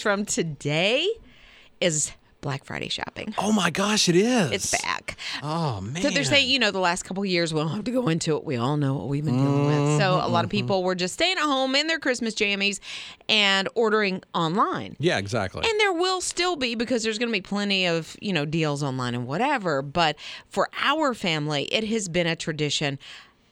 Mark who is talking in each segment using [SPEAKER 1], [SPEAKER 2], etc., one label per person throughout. [SPEAKER 1] from today is Black Friday shopping.
[SPEAKER 2] Oh my gosh, it is.
[SPEAKER 1] It's back.
[SPEAKER 2] Oh man.
[SPEAKER 1] So they're saying, you know, the last couple of years we don't have to go into it. We all know what we've been dealing with. So a lot of people were just staying at home in their Christmas jammies and ordering online.
[SPEAKER 2] yeah, exactly.
[SPEAKER 1] And there will still be because there's going to be plenty of, you know, deals online and whatever. But for our family, it has been a tradition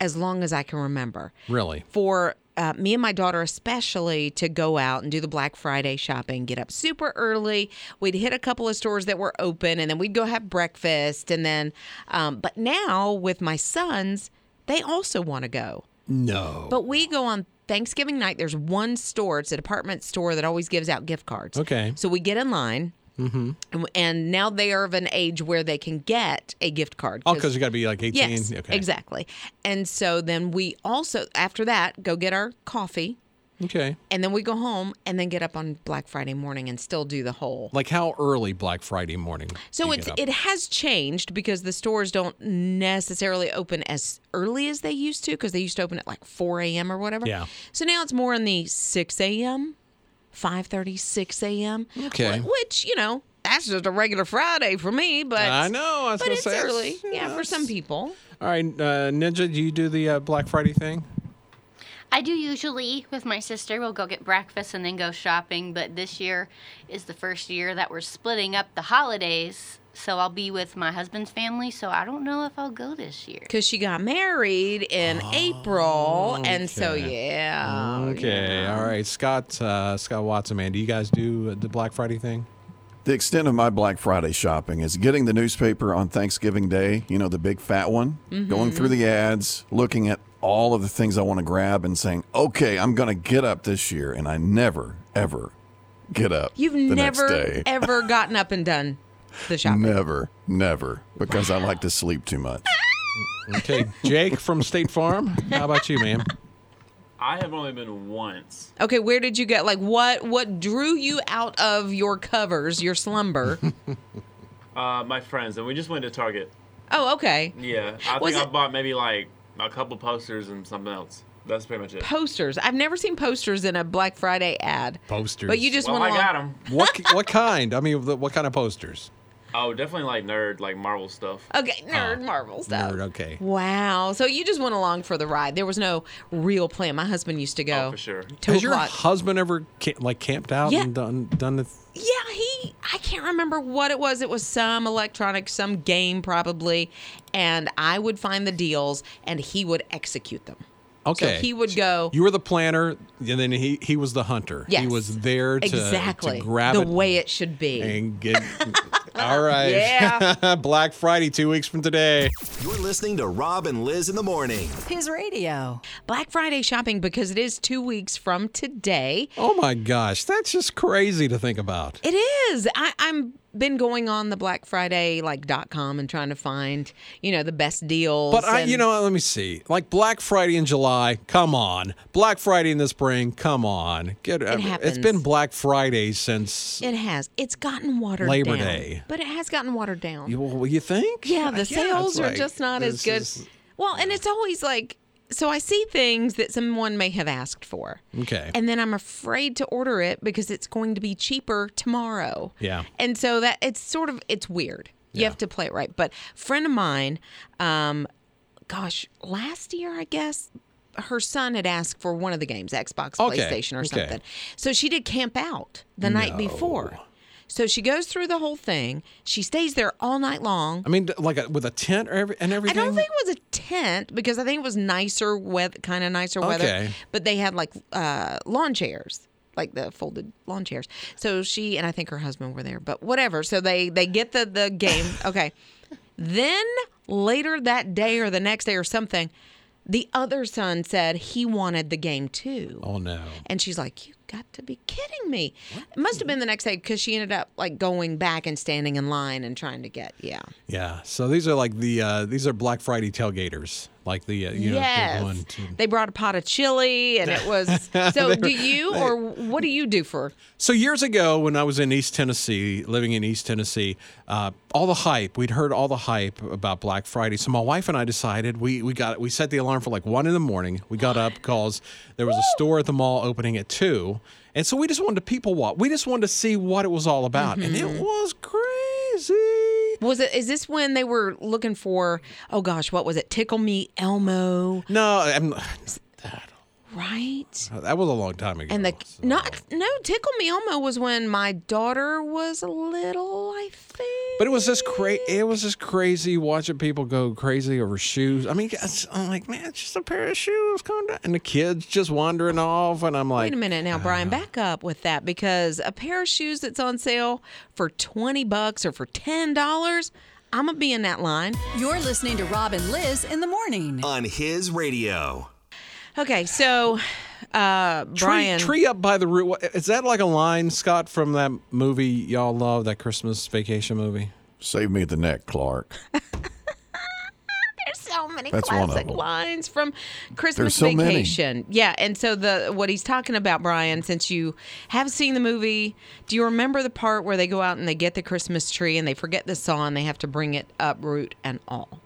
[SPEAKER 1] as long as I can remember.
[SPEAKER 2] really.
[SPEAKER 1] For uh, me and my daughter, especially, to go out and do the Black Friday shopping, get up super early. We'd hit a couple of stores that were open and then we'd go have breakfast. And then, um, but now with my sons, they also want to go.
[SPEAKER 2] No.
[SPEAKER 1] But we go on Thanksgiving night. There's one store. It's a department store that always gives out gift cards.
[SPEAKER 2] Okay.
[SPEAKER 1] So we get in line. Mm-hmm. And now they are of an age where they can get a gift card.
[SPEAKER 2] Oh, because you got to be like 18.
[SPEAKER 1] yes,
[SPEAKER 2] okay.
[SPEAKER 1] exactly. And so then we also after that go get our coffee,
[SPEAKER 2] Okay.
[SPEAKER 1] and then we go home, and then get up on Black Friday morning and still do the whole.
[SPEAKER 2] Like how early Black Friday morning? do
[SPEAKER 1] So
[SPEAKER 2] you
[SPEAKER 1] it's
[SPEAKER 2] get up?
[SPEAKER 1] it has changed because the stores don't necessarily open as early as they used to because they used to open at like 4 a.m. or whatever.
[SPEAKER 2] Yeah.
[SPEAKER 1] So now it's more in the 6 a.m., 5:30, 6 a.m.
[SPEAKER 2] Okay.
[SPEAKER 1] wh- Which you know that's just a regular Friday for me, but
[SPEAKER 2] I know. I was
[SPEAKER 1] but
[SPEAKER 2] gonna
[SPEAKER 1] it's
[SPEAKER 2] say,
[SPEAKER 1] early.
[SPEAKER 2] you
[SPEAKER 1] Yeah,
[SPEAKER 2] know,
[SPEAKER 1] for some
[SPEAKER 2] it's-
[SPEAKER 1] people.
[SPEAKER 2] All right, uh, Ninja, do you do the uh, Black Friday thing?
[SPEAKER 3] I do usually with my sister. We'll go get breakfast and then go shopping. But this year is the first year that we're splitting up the holidays. So I'll be with my husband's family. So I don't know if I'll go this year.
[SPEAKER 1] Because she got married in April, and so
[SPEAKER 2] Oh, okay.
[SPEAKER 1] Oh, yeah,
[SPEAKER 2] Okay. All right, Scott. Uh, Scott Watson, man, do you guys do the Black Friday thing?
[SPEAKER 4] The extent of my Black Friday shopping is getting the newspaper on Thanksgiving Day, you know, the big fat one, going through the
[SPEAKER 1] Mm-hmm.
[SPEAKER 4] ads, looking at all of the things I want to grab and saying, okay, I'm going to get up this year. And I never, ever get up.
[SPEAKER 1] you've
[SPEAKER 4] the next
[SPEAKER 1] never
[SPEAKER 4] day.
[SPEAKER 1] ever gotten up and done the shopping.
[SPEAKER 4] Never, never, because I like to sleep too much.
[SPEAKER 2] Okay, Jake from State Farm. How about you, man?
[SPEAKER 5] I have only been once.
[SPEAKER 1] Okay, where did you get like what what drew you out of your covers, your slumber?
[SPEAKER 5] Uh, my friends and we just went to Target.
[SPEAKER 1] oh, okay.
[SPEAKER 5] Yeah, I
[SPEAKER 1] Was
[SPEAKER 5] think I
[SPEAKER 1] it-
[SPEAKER 5] bought maybe like a couple posters and something else. That's pretty much it.
[SPEAKER 1] Posters. I've never seen posters in a Black Friday ad.
[SPEAKER 2] Posters.
[SPEAKER 1] But you just
[SPEAKER 5] well, I
[SPEAKER 1] went along.
[SPEAKER 5] got them.
[SPEAKER 2] What what kind? I mean, the- what kind of posters?
[SPEAKER 5] Oh, definitely like nerd, like Marvel stuff.
[SPEAKER 1] Okay, nerd Marvel stuff.
[SPEAKER 2] Oh, Nerd, okay.
[SPEAKER 1] Wow. So you just went along for the ride. There was no real plan. My husband used to go.
[SPEAKER 5] Oh, for sure.
[SPEAKER 1] Two
[SPEAKER 2] Has your
[SPEAKER 1] o'clock.
[SPEAKER 2] husband ever ca- like camped out
[SPEAKER 1] Yeah.
[SPEAKER 2] and done done the?
[SPEAKER 1] Yeah, he. I can't remember what it was. It was some electronic, some game probably, and I would find the deals, and he would execute them.
[SPEAKER 2] okay.
[SPEAKER 1] So he would go.
[SPEAKER 2] You were the planner, and then he he was the hunter. He
[SPEAKER 1] Yes.
[SPEAKER 2] was there to,
[SPEAKER 1] exactly
[SPEAKER 2] to grab
[SPEAKER 1] the
[SPEAKER 2] it
[SPEAKER 1] way it should be.
[SPEAKER 2] and get. all right.
[SPEAKER 1] Yeah.
[SPEAKER 2] Black Friday, two weeks from today.
[SPEAKER 6] You're listening to Rob and Liz in the morning.
[SPEAKER 7] His radio.
[SPEAKER 1] Black Friday shopping because it is two weeks from today.
[SPEAKER 2] Oh my gosh, that's just crazy to think about.
[SPEAKER 1] It is. I, I'm been going on the Black Friday like dot com and trying to find you know the best deals.
[SPEAKER 2] But I,
[SPEAKER 1] and-
[SPEAKER 2] you know, let me see. Like Black Friday in July, come on. Black Friday in the spring, come on. Get it has
[SPEAKER 1] happens.
[SPEAKER 2] been Black Friday since
[SPEAKER 1] it has. It's gotten watered
[SPEAKER 2] Labor
[SPEAKER 1] down.
[SPEAKER 2] Day.
[SPEAKER 1] but it has gotten watered down.
[SPEAKER 2] you, well, you think?
[SPEAKER 1] Yeah, the
[SPEAKER 2] it's
[SPEAKER 1] sales are
[SPEAKER 2] like,
[SPEAKER 1] just not as
[SPEAKER 2] this
[SPEAKER 1] good.
[SPEAKER 2] is-
[SPEAKER 1] well, and it's always like so I see things that someone may have asked for.
[SPEAKER 2] Okay.
[SPEAKER 1] And then I'm afraid to order it because it's going to be cheaper tomorrow.
[SPEAKER 2] Yeah.
[SPEAKER 1] And so that it's sort of it's weird. You have to play it right. But friend of mine, um, gosh, last year I guess her son had asked for one of the games, Xbox,
[SPEAKER 2] Okay,
[SPEAKER 1] PlayStation, or
[SPEAKER 2] okay.
[SPEAKER 1] something. So she did camp out the night before. So she goes through the whole thing. She stays there all night long.
[SPEAKER 2] I mean, like a, with a tent or every, and
[SPEAKER 1] I
[SPEAKER 2] everything.
[SPEAKER 1] don't think it was a tent because I think it was nicer weather, kind of nicer weather.
[SPEAKER 2] Okay.
[SPEAKER 1] But they had like uh, lawn chairs, like the folded lawn chairs. So she and I think her husband were there, but whatever. So they they get the the game. Okay. then later that day or the next day or something, the other son said he wanted the game too.
[SPEAKER 2] Oh no.
[SPEAKER 1] And she's like, You got to be kidding me. It must have been the next day because she ended up like going back and standing in line and trying to get, yeah.
[SPEAKER 2] Yeah. So these are like the uh, these are Black Friday tailgaters, like the uh, you know they're going
[SPEAKER 1] yes.
[SPEAKER 2] to
[SPEAKER 1] They brought a pot of chili and it was. So, do you or what do you do for?
[SPEAKER 2] So years ago, when I was in East Tennessee, living in East Tennessee, uh, all the hype we'd heard all the hype about Black Friday. So my wife and I decided we we got we set the alarm for like one in the morning. We got up because there was a store at the mall opening at two, And so we just wanted to people walk. We just wanted to see what it was all about. And
[SPEAKER 1] Mm-hmm.
[SPEAKER 2] it was crazy.
[SPEAKER 1] Was it? Is this when they were looking for? Oh gosh, what was it? Tickle Me Elmo,
[SPEAKER 2] No, I'm,
[SPEAKER 1] right?
[SPEAKER 2] that was a long time ago.
[SPEAKER 1] And the
[SPEAKER 2] so-
[SPEAKER 1] not no Tickle Me Elmo was when my daughter was little, I think.
[SPEAKER 2] But it was just crazy. It was just crazy watching people go crazy over shoes. I mean, it's- I'm like, man, it's just a pair of shoes. Come down. And the kids just wandering off, and I'm like,
[SPEAKER 1] Wait a minute now,
[SPEAKER 2] Ah.
[SPEAKER 1] Brian. Back up with that because a pair of shoes that's on sale for twenty bucks or for ten dollars, I'm gonna be in that line.
[SPEAKER 7] You're listening to Rob and Liz in the morning.
[SPEAKER 6] on his radio.
[SPEAKER 1] Okay, so uh,
[SPEAKER 2] tree,
[SPEAKER 1] Brian,
[SPEAKER 2] tree up by the root. What- Is that like a line, Scott, from that movie y'all love, that Christmas vacation movie?
[SPEAKER 4] Save me at the neck, Clark.
[SPEAKER 1] there's so many
[SPEAKER 4] That's one of
[SPEAKER 1] classic
[SPEAKER 4] them.
[SPEAKER 1] lines from Christmas
[SPEAKER 4] There's so many.
[SPEAKER 1] Vacation. Yeah, and so the what he's talking about, Brian, since you have seen the movie, do you remember the part where they go out and they get the Christmas tree and they forget the saw and they have to bring it up root and all?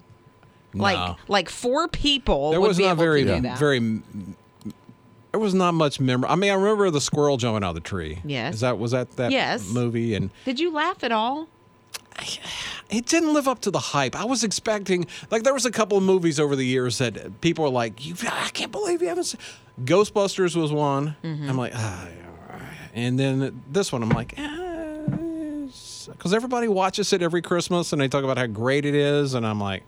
[SPEAKER 1] Like like four people
[SPEAKER 2] There
[SPEAKER 1] would
[SPEAKER 2] was
[SPEAKER 1] be
[SPEAKER 2] not
[SPEAKER 1] able
[SPEAKER 2] very,
[SPEAKER 1] to do that.
[SPEAKER 2] very. There was not much memory. I mean, I remember the squirrel jumping out of the tree.
[SPEAKER 1] Yes.
[SPEAKER 2] Is that was that that
[SPEAKER 1] Yes.
[SPEAKER 2] movie? And
[SPEAKER 1] Did you laugh at all?
[SPEAKER 2] it didn't live up to the hype. I was expecting like there was a couple of movies over the years that people were like, "You, I can't believe you haven't." Seen. Ghostbusters was one.
[SPEAKER 1] Mm-hmm.
[SPEAKER 2] I'm like, ah, yeah, all right." and then this one, I'm like, because everybody watches it every Christmas and they talk about how great it is, and I'm like,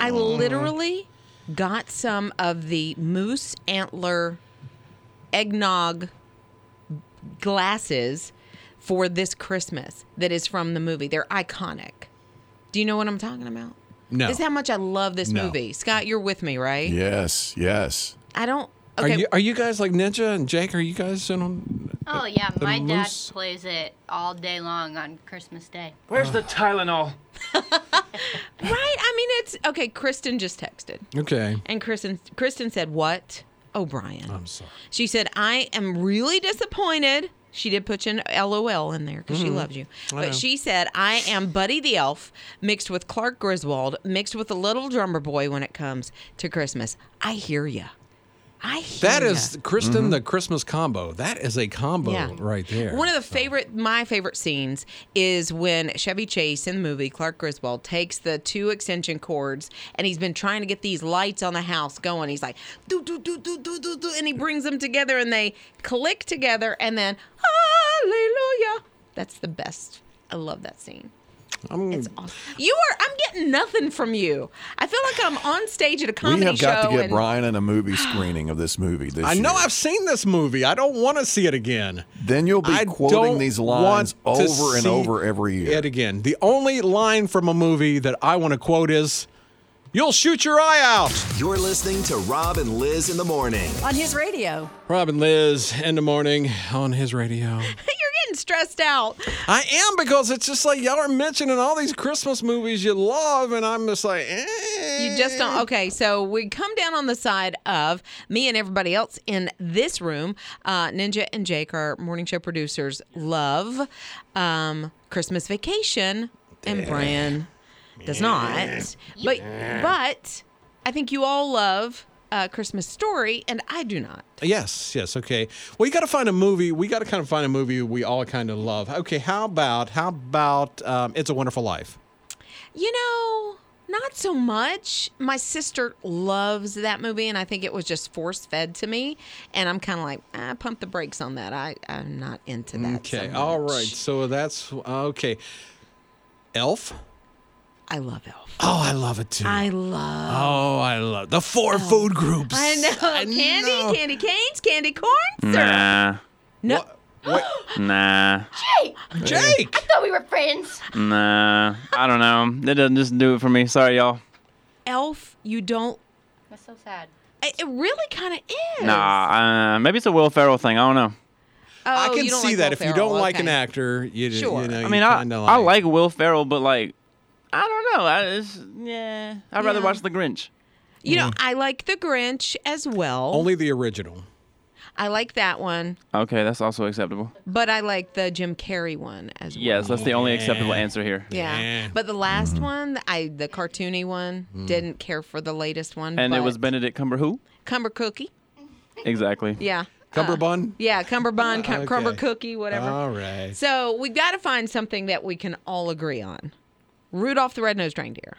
[SPEAKER 1] I
[SPEAKER 2] Mm.
[SPEAKER 1] literally got some of the moose antler eggnog glasses for this Christmas that is from the movie. They're iconic. Do you know what I'm talking about?
[SPEAKER 2] No.
[SPEAKER 1] This is how much I love this
[SPEAKER 2] No.
[SPEAKER 1] movie. Scott, you're with me, right?
[SPEAKER 4] Yes, yes.
[SPEAKER 1] I don't.
[SPEAKER 2] are
[SPEAKER 1] Okay.
[SPEAKER 2] you are you guys like Ninja and Jake? Are you guys in on?
[SPEAKER 3] Oh yeah,
[SPEAKER 2] The
[SPEAKER 3] my
[SPEAKER 2] moose-
[SPEAKER 3] dad plays it all day long on Christmas Day.
[SPEAKER 5] Where's the Tylenol?
[SPEAKER 1] right? I mean, it's. Okay, Kristen just texted.
[SPEAKER 2] Okay.
[SPEAKER 1] And Kristen, Kristen said, What? O'Brien.
[SPEAKER 2] I'm sorry.
[SPEAKER 1] She said, I am really disappointed. She did put an LOL in there
[SPEAKER 2] Mm-hmm.
[SPEAKER 1] because she loves you. But she said, I am Buddy the Elf mixed with Clark Griswold, mixed with the little drummer boy when it comes to Christmas. I hear ya. I hear
[SPEAKER 2] That
[SPEAKER 1] ya.
[SPEAKER 2] is Kristen the Christmas combo. That is a combo
[SPEAKER 1] Yeah.
[SPEAKER 2] right there.
[SPEAKER 1] One of the favorite, my favorite scenes is when Chevy Chase in the movie Clark Griswold takes the two extension cords and he's been trying to get these lights on the house going. He's like, do, do, do, do, do, do, do, and he brings them together and they click together and then, hallelujah. That's the best. I love that scene. it's awesome. You are. I'm getting nothing from you. I feel like I'm on stage at a comedy
[SPEAKER 4] We have got
[SPEAKER 1] show.
[SPEAKER 4] to get
[SPEAKER 1] and
[SPEAKER 4] Brian in a movie screening of this movie this
[SPEAKER 2] I know
[SPEAKER 4] year.
[SPEAKER 2] I've seen this movie. I don't want to see it again.
[SPEAKER 4] Then you'll be
[SPEAKER 2] I
[SPEAKER 4] quoting
[SPEAKER 2] don't
[SPEAKER 4] these
[SPEAKER 2] want
[SPEAKER 4] lines
[SPEAKER 2] to
[SPEAKER 4] over and
[SPEAKER 2] see
[SPEAKER 4] over every year.
[SPEAKER 2] It again. The only line from a movie that I want to quote is, "You'll shoot your eye out."
[SPEAKER 6] You're listening to Rob and Liz in the morning.
[SPEAKER 7] On his radio.
[SPEAKER 2] Rob and Liz in the morning on his radio.
[SPEAKER 1] you're getting stressed out.
[SPEAKER 2] I am because it's just like y'all are mentioning all these Christmas movies you love, and I'm just like, eh.
[SPEAKER 1] You just don't. Okay, so we come down on the side of me and everybody else in this room. Uh, Ninja and Jake, our morning show producers, love um, Christmas Vacation, and Brian does not. But but I think you all love uh, Christmas Story, and I do not.
[SPEAKER 2] Yes, yes, okay. Well, you got to find a movie. We got to kind of find a movie we all kind of love. Okay, how about how about um, It's a Wonderful Life?
[SPEAKER 1] You know, not so much. My sister loves that movie, and I think it was just force fed to me. And I'm kind of like, ah, pump the brakes on that. I, I'm not into that. so
[SPEAKER 2] Okay, all
[SPEAKER 1] much.
[SPEAKER 2] right. So that's okay. Elf.
[SPEAKER 1] I love Elf.
[SPEAKER 2] Oh, I love it too.
[SPEAKER 1] I love.
[SPEAKER 2] oh, I love the four food groups.
[SPEAKER 1] I know candy,
[SPEAKER 2] know.
[SPEAKER 1] candy canes, candy corn.
[SPEAKER 5] Nah.
[SPEAKER 1] No,
[SPEAKER 5] Nah.
[SPEAKER 2] Jake.
[SPEAKER 3] Thought we were friends.
[SPEAKER 5] Nah. I don't know. That doesn't just do it for me. Sorry, y'all.
[SPEAKER 1] Elf, you don't.
[SPEAKER 3] That's so sad.
[SPEAKER 1] It it really kind of is.
[SPEAKER 5] Nah. Uh, maybe it's a Will Ferrell thing. I don't know.
[SPEAKER 1] Oh,
[SPEAKER 2] I can
[SPEAKER 1] you don't
[SPEAKER 2] see
[SPEAKER 1] like
[SPEAKER 2] that
[SPEAKER 1] Will
[SPEAKER 2] if you
[SPEAKER 1] Ferrell,
[SPEAKER 2] don't like
[SPEAKER 1] okay.
[SPEAKER 2] an actor, you,
[SPEAKER 1] Sure.
[SPEAKER 2] you know.
[SPEAKER 5] I
[SPEAKER 2] you
[SPEAKER 5] mean, I,
[SPEAKER 2] kinda
[SPEAKER 5] I like Will Ferrell, but like, I don't know. I just, yeah. I'd rather
[SPEAKER 1] Yeah.
[SPEAKER 5] watch The Grinch.
[SPEAKER 1] You know, I like The Grinch as well.
[SPEAKER 2] Mm. only the original.
[SPEAKER 1] I like that one,
[SPEAKER 5] Okay, that's also acceptable.
[SPEAKER 1] but I like the Jim Carrey one as well.
[SPEAKER 5] Yes, that's the only acceptable
[SPEAKER 2] Yeah.
[SPEAKER 5] answer here.
[SPEAKER 1] Yeah.
[SPEAKER 2] Yeah. Mm-hmm. Mm.
[SPEAKER 1] But the last one, I the cartoony one, didn't care for the latest one.
[SPEAKER 5] And it was
[SPEAKER 1] but-
[SPEAKER 5] Benedict Cumber who?
[SPEAKER 1] Cumber Cookie.
[SPEAKER 5] Exactly.
[SPEAKER 1] Yeah.
[SPEAKER 2] Cumberbund?
[SPEAKER 1] Uh, Yeah, cummerbund, cum-
[SPEAKER 2] Okay. Uh-huh.
[SPEAKER 1] crumber cookie, whatever.
[SPEAKER 2] All right.
[SPEAKER 1] So we've got to find something that we can all agree on. Rudolph the Red-Nosed Reindeer.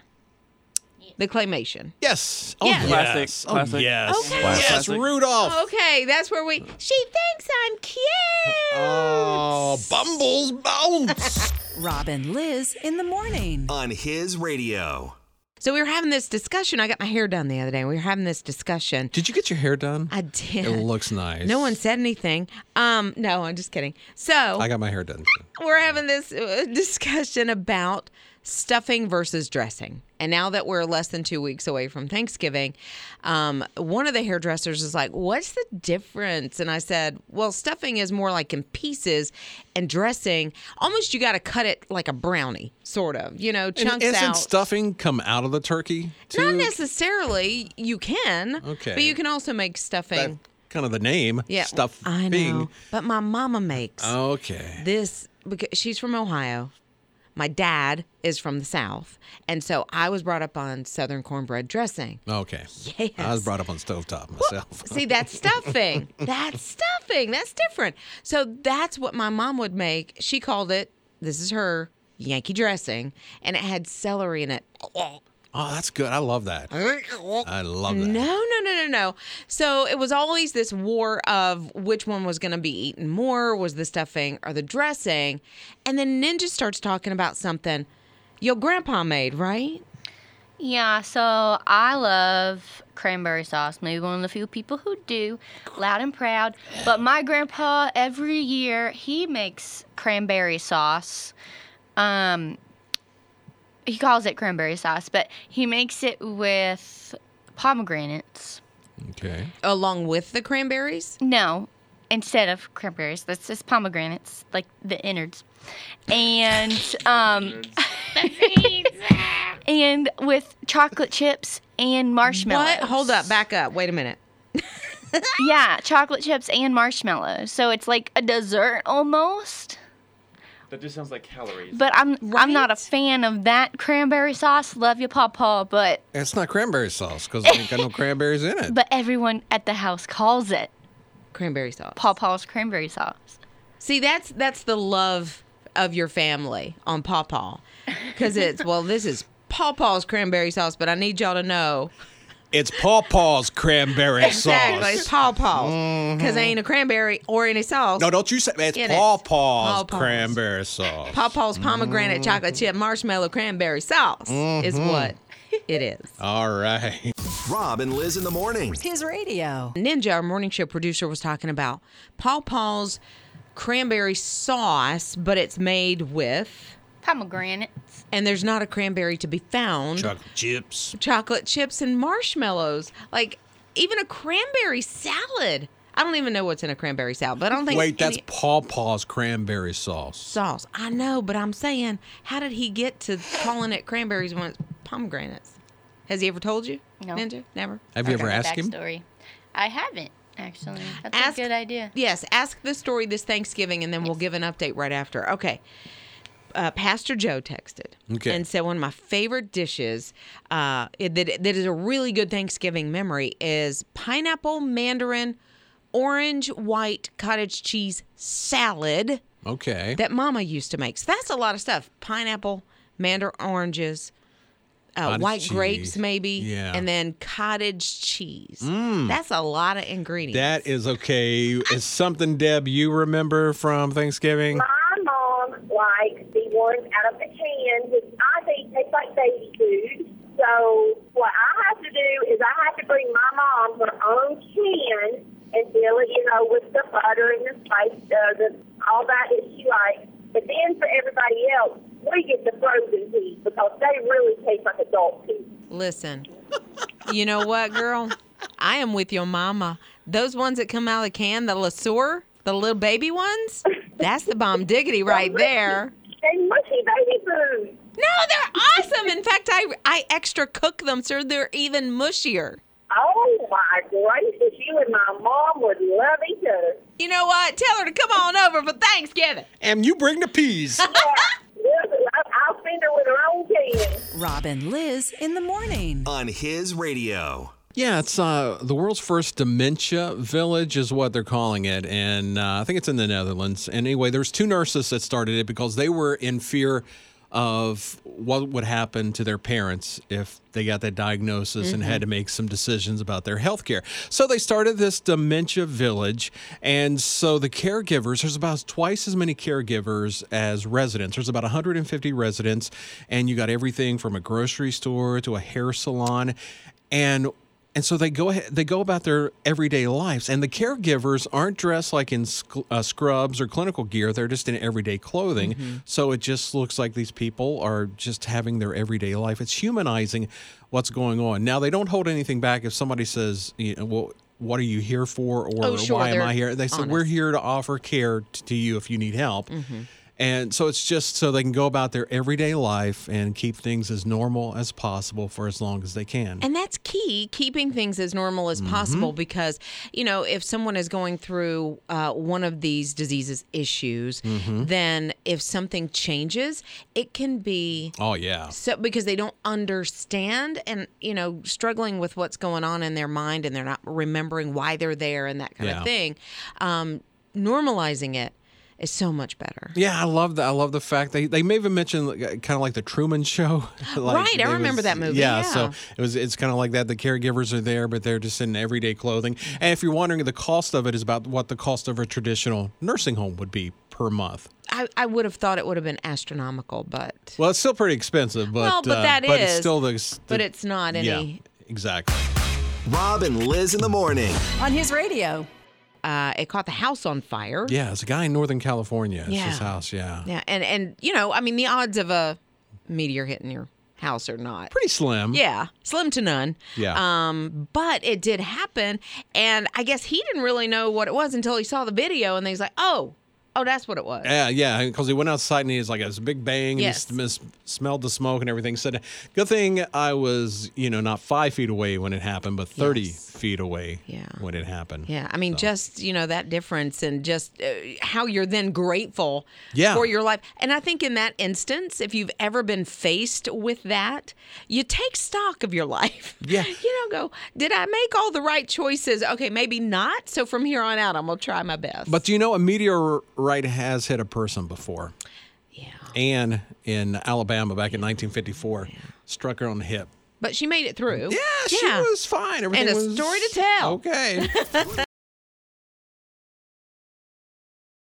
[SPEAKER 1] The claymation.
[SPEAKER 2] Yes. Oh,
[SPEAKER 1] Yeah.
[SPEAKER 5] Classic,
[SPEAKER 2] yes. Oh,
[SPEAKER 5] classic.
[SPEAKER 2] yes.
[SPEAKER 1] Okay.
[SPEAKER 2] Yes,
[SPEAKER 5] Classic.
[SPEAKER 2] Rudolph.
[SPEAKER 1] Okay, that's where we. She thinks I'm cute.
[SPEAKER 2] Oh, Bumbles bounce.
[SPEAKER 7] Robin Liz in the morning.
[SPEAKER 6] on his radio.
[SPEAKER 1] So we were having this discussion. I got my hair done the other day. We were having this discussion.
[SPEAKER 2] Did you get your hair done?
[SPEAKER 1] I did.
[SPEAKER 2] It looks nice.
[SPEAKER 1] No one said anything. Um, no, I'm just kidding. So
[SPEAKER 2] I got my hair done. too.
[SPEAKER 1] we're having this uh, discussion about stuffing versus dressing. And now that we're less than two weeks away from Thanksgiving, um, one of the hairdressers is like, What's the difference? And I said, Well, stuffing is more like in pieces, and dressing, almost you got to cut it like a brownie, sort of, you know,
[SPEAKER 2] And
[SPEAKER 1] chunks
[SPEAKER 2] isn't
[SPEAKER 1] out.
[SPEAKER 2] stuffing come out of the turkey? Too?
[SPEAKER 1] Not necessarily. You can.
[SPEAKER 2] Okay.
[SPEAKER 1] But you can also make stuffing.
[SPEAKER 2] That- kind of the name.
[SPEAKER 1] yeah.
[SPEAKER 2] Stuffing.
[SPEAKER 1] I know. But my mama makes
[SPEAKER 2] Okay.
[SPEAKER 1] this because she's from Ohio. My dad is from the South, and so I was brought up on Southern cornbread dressing.
[SPEAKER 2] Okay.
[SPEAKER 1] Yes.
[SPEAKER 2] I was brought up on stovetop myself.
[SPEAKER 1] See, that's stuffing. That's stuffing. That's different. So that's what my mom would make. She called it. This is her Yankee dressing, and it had celery in it.
[SPEAKER 2] Oh, that's good. I love that. I love that.
[SPEAKER 1] No, Oh, no, no, no, no. So it was always this war of which one was going to be eaten more was the stuffing or the dressing. And then Ninja starts talking about something your grandpa made, right?
[SPEAKER 3] Yeah, so I love cranberry sauce. Maybe one of the few people who do, loud and proud. But my grandpa, every year, he makes cranberry sauce. Um, he calls it cranberry sauce, but he makes it with pomegranates.
[SPEAKER 2] Okay.
[SPEAKER 1] Along with the cranberries.
[SPEAKER 3] No, instead of cranberries, that's just pomegranates, like the innards. And um, and with chocolate chips and marshmallows.
[SPEAKER 1] What? Hold up, back up. Wait a minute.
[SPEAKER 3] Yeah, chocolate chips and marshmallows. So it's like a dessert almost.
[SPEAKER 5] That just sounds like calories.
[SPEAKER 3] But I'm I'm not a
[SPEAKER 1] Right?
[SPEAKER 3] fan of that cranberry sauce. Love you, Papa, but
[SPEAKER 2] It's not cranberry sauce because it ain't got no cranberries in it.
[SPEAKER 3] but everyone at the house calls it
[SPEAKER 1] Cranberry sauce.
[SPEAKER 3] Papa's cranberry sauce.
[SPEAKER 1] See, that's that's the love of your family on Pawpaw. Cuz it's well, this is Pawpaw's cranberry sauce, but I need y'all to know
[SPEAKER 2] It's Paw Paw's cranberry
[SPEAKER 1] exactly it's
[SPEAKER 2] sauce.
[SPEAKER 1] Pawpaw's cuz ain't a cranberry or any sauce.
[SPEAKER 2] No, don't you say it's
[SPEAKER 1] In it.
[SPEAKER 2] Paw Paw's
[SPEAKER 1] Paw Paw's.
[SPEAKER 2] cranberry sauce.
[SPEAKER 1] Pawpaw's
[SPEAKER 2] Mm.
[SPEAKER 1] pomegranate chocolate chip marshmallow cranberry sauce is
[SPEAKER 2] Mm-hmm.
[SPEAKER 1] what it is.
[SPEAKER 2] All right.
[SPEAKER 6] Rob and Liz in the morning.
[SPEAKER 7] His radio.
[SPEAKER 1] Ninja, our morning show producer, was talking about Pawpaw's cranberry sauce, but it's made with,
[SPEAKER 3] Pomegranates.
[SPEAKER 1] and there's not a cranberry to be found.
[SPEAKER 2] Chocolate chips.
[SPEAKER 1] chocolate chips and marshmallows, like even a cranberry salad. I don't even know what's in a cranberry salad, but I don't think
[SPEAKER 2] Wait, that's
[SPEAKER 1] any
[SPEAKER 2] Paw Paw's cranberry sauce.
[SPEAKER 1] sauce. I know, but I'm saying, how did he get to calling it cranberries when it's pomegranates? Has he ever told you?
[SPEAKER 3] No.
[SPEAKER 1] Ninja? Never.
[SPEAKER 2] Have you ever
[SPEAKER 3] That's
[SPEAKER 2] asked him?
[SPEAKER 3] backstory. I haven't actually. That's
[SPEAKER 1] Ask-
[SPEAKER 3] a good idea.
[SPEAKER 1] Yes, ask the story this Thanksgiving, and then we'll give an update right after. Okay. Uh, Pastor Joe texted
[SPEAKER 2] Okay.
[SPEAKER 1] and said one of my favorite dishes uh, it- that that is a really good Thanksgiving memory is pineapple mandarin orange white cottage cheese salad
[SPEAKER 2] Okay.
[SPEAKER 1] that Mama used to make. So that's a lot of stuff: pineapple, mandarin oranges, uh,
[SPEAKER 2] Cottage
[SPEAKER 1] white
[SPEAKER 2] cheese.
[SPEAKER 1] grapes, maybe,
[SPEAKER 2] Yeah. Mm.
[SPEAKER 1] and then cottage cheese. That's a lot of ingredients.
[SPEAKER 2] That is okay. Is something, Deb, you remember from Thanksgiving?
[SPEAKER 8] My mom likes the ones out of the can, which I think tastes like baby food. So what I have to do is I have to bring my mom her own can and fill it, you know, with the butter and the spice, uh, the, all that that she likes. But then for everybody else, we get the frozen peas because they really taste like adult peas.
[SPEAKER 1] Listen, you know what, girl? I am with your mama. Those ones that come out of the can, the lasur, the little baby ones, that's the bomb diggity right there.
[SPEAKER 8] They mushy baby food.
[SPEAKER 1] No, they're awesome. In fact, I I extra cook them so they're even mushier.
[SPEAKER 8] Oh my gracious, you and my mom would love each other.
[SPEAKER 1] You know what? Tell her to come on over for Thanksgiving.
[SPEAKER 2] And you bring the peas.
[SPEAKER 8] I'll send her with her own can.
[SPEAKER 7] Robin Liz in the morning.
[SPEAKER 6] On his radio.
[SPEAKER 2] Yeah, it's uh, the world's first dementia village, is what they're calling it. And uh, I think it's in the Netherlands. And anyway, there's two nurses that started it because they were in fear of what would happen to their parents if they got that diagnosis and had to make some decisions about their health care. So they started this dementia village. And so the caregivers, there's about twice as many caregivers as residents. There's about 150 residents, and you got everything from a grocery store to a hair salon. And and so they go ahead, they go about their everyday lives, and the caregivers aren't dressed like in sc- uh, scrubs or clinical gear. They're just in everyday clothing,
[SPEAKER 1] Mm-hmm.
[SPEAKER 2] so it just looks like these people are just having their everyday life. It's humanizing what's going on. Now they don't hold anything back if somebody says, you know, "Well, what are you here for?" or
[SPEAKER 1] Oh, sure,
[SPEAKER 2] "Why am
[SPEAKER 1] they're
[SPEAKER 2] I here?" They say, "We're
[SPEAKER 1] honest. Mm-hmm.
[SPEAKER 2] here to offer care t- to you if you need help." And so it's just so they can go about their everyday life and keep things as normal as possible for as long as they can.
[SPEAKER 1] And that's key, keeping things as normal as possible because, you know, if someone is going through uh, one of these diseases issues, then if something changes, it can be
[SPEAKER 2] oh yeah.
[SPEAKER 1] so because they don't understand and, you know, struggling with what's going on in their mind and they're not remembering why they're there and that kind
[SPEAKER 2] Yeah.
[SPEAKER 1] of thing. Um, normalizing it is so much better.
[SPEAKER 2] Yeah, I love that. I love the fact they they may even mention kind of like the Truman Show. Like,
[SPEAKER 1] Right, I
[SPEAKER 2] it
[SPEAKER 1] remember that movie,
[SPEAKER 2] Yeah,
[SPEAKER 1] yeah.
[SPEAKER 2] so it was it's kind of like that. The caregivers are there, but they're just in everyday clothing. And if you're wondering, the cost of it is about what the cost of a traditional nursing home would be per month.
[SPEAKER 1] I, I would have thought it would have been astronomical, but
[SPEAKER 2] Well, it's still pretty expensive, but
[SPEAKER 1] Well, but
[SPEAKER 2] uh,
[SPEAKER 1] that
[SPEAKER 2] but it's
[SPEAKER 1] is-
[SPEAKER 2] still the,
[SPEAKER 1] but it's not any.
[SPEAKER 2] yeah, exactly.
[SPEAKER 6] Rob and Liz in the morning.
[SPEAKER 7] On his radio.
[SPEAKER 1] Uh, it caught the house on fire.
[SPEAKER 2] Yeah, it's a guy in Northern California. It's his
[SPEAKER 1] Yeah.
[SPEAKER 2] house. Yeah,
[SPEAKER 1] Yeah, and and you know, I mean, the odds of a meteor hitting your house are not.
[SPEAKER 2] pretty slim.
[SPEAKER 1] Yeah, slim to none.
[SPEAKER 2] Yeah.
[SPEAKER 1] Um, but it did happen, and I guess he didn't really know what it was until he saw the video, and he's like, "Oh, oh, that's what it was."
[SPEAKER 2] Yeah, Uh, yeah, because he went outside and he was like, it was a big bang. And
[SPEAKER 1] Yes.
[SPEAKER 2] he sm- s- smelled the smoke and everything. Said, good thing I was, you know, not five feet away when it happened, but 30
[SPEAKER 1] Yes.
[SPEAKER 2] feet away
[SPEAKER 1] Yeah.
[SPEAKER 2] when it happened.
[SPEAKER 1] Yeah, I mean,
[SPEAKER 2] So-
[SPEAKER 1] just you know that difference, and just uh, how you're then grateful
[SPEAKER 2] Yeah.
[SPEAKER 1] for your life. And I think in that instance, if you've ever been faced with that, you take stock of your life.
[SPEAKER 2] Yeah.
[SPEAKER 1] you know, go, did I make all the right choices? Okay, maybe not. So from here on out, I'm gonna try my best.
[SPEAKER 2] But do you know a meteorite has hit a person before?
[SPEAKER 1] yeah,
[SPEAKER 2] Anne in Alabama back in 1954 struck her on the hip.
[SPEAKER 1] but she made it through.
[SPEAKER 2] Yeah, she was fine. Everything
[SPEAKER 1] a
[SPEAKER 2] was
[SPEAKER 1] story to tell.
[SPEAKER 2] Okay.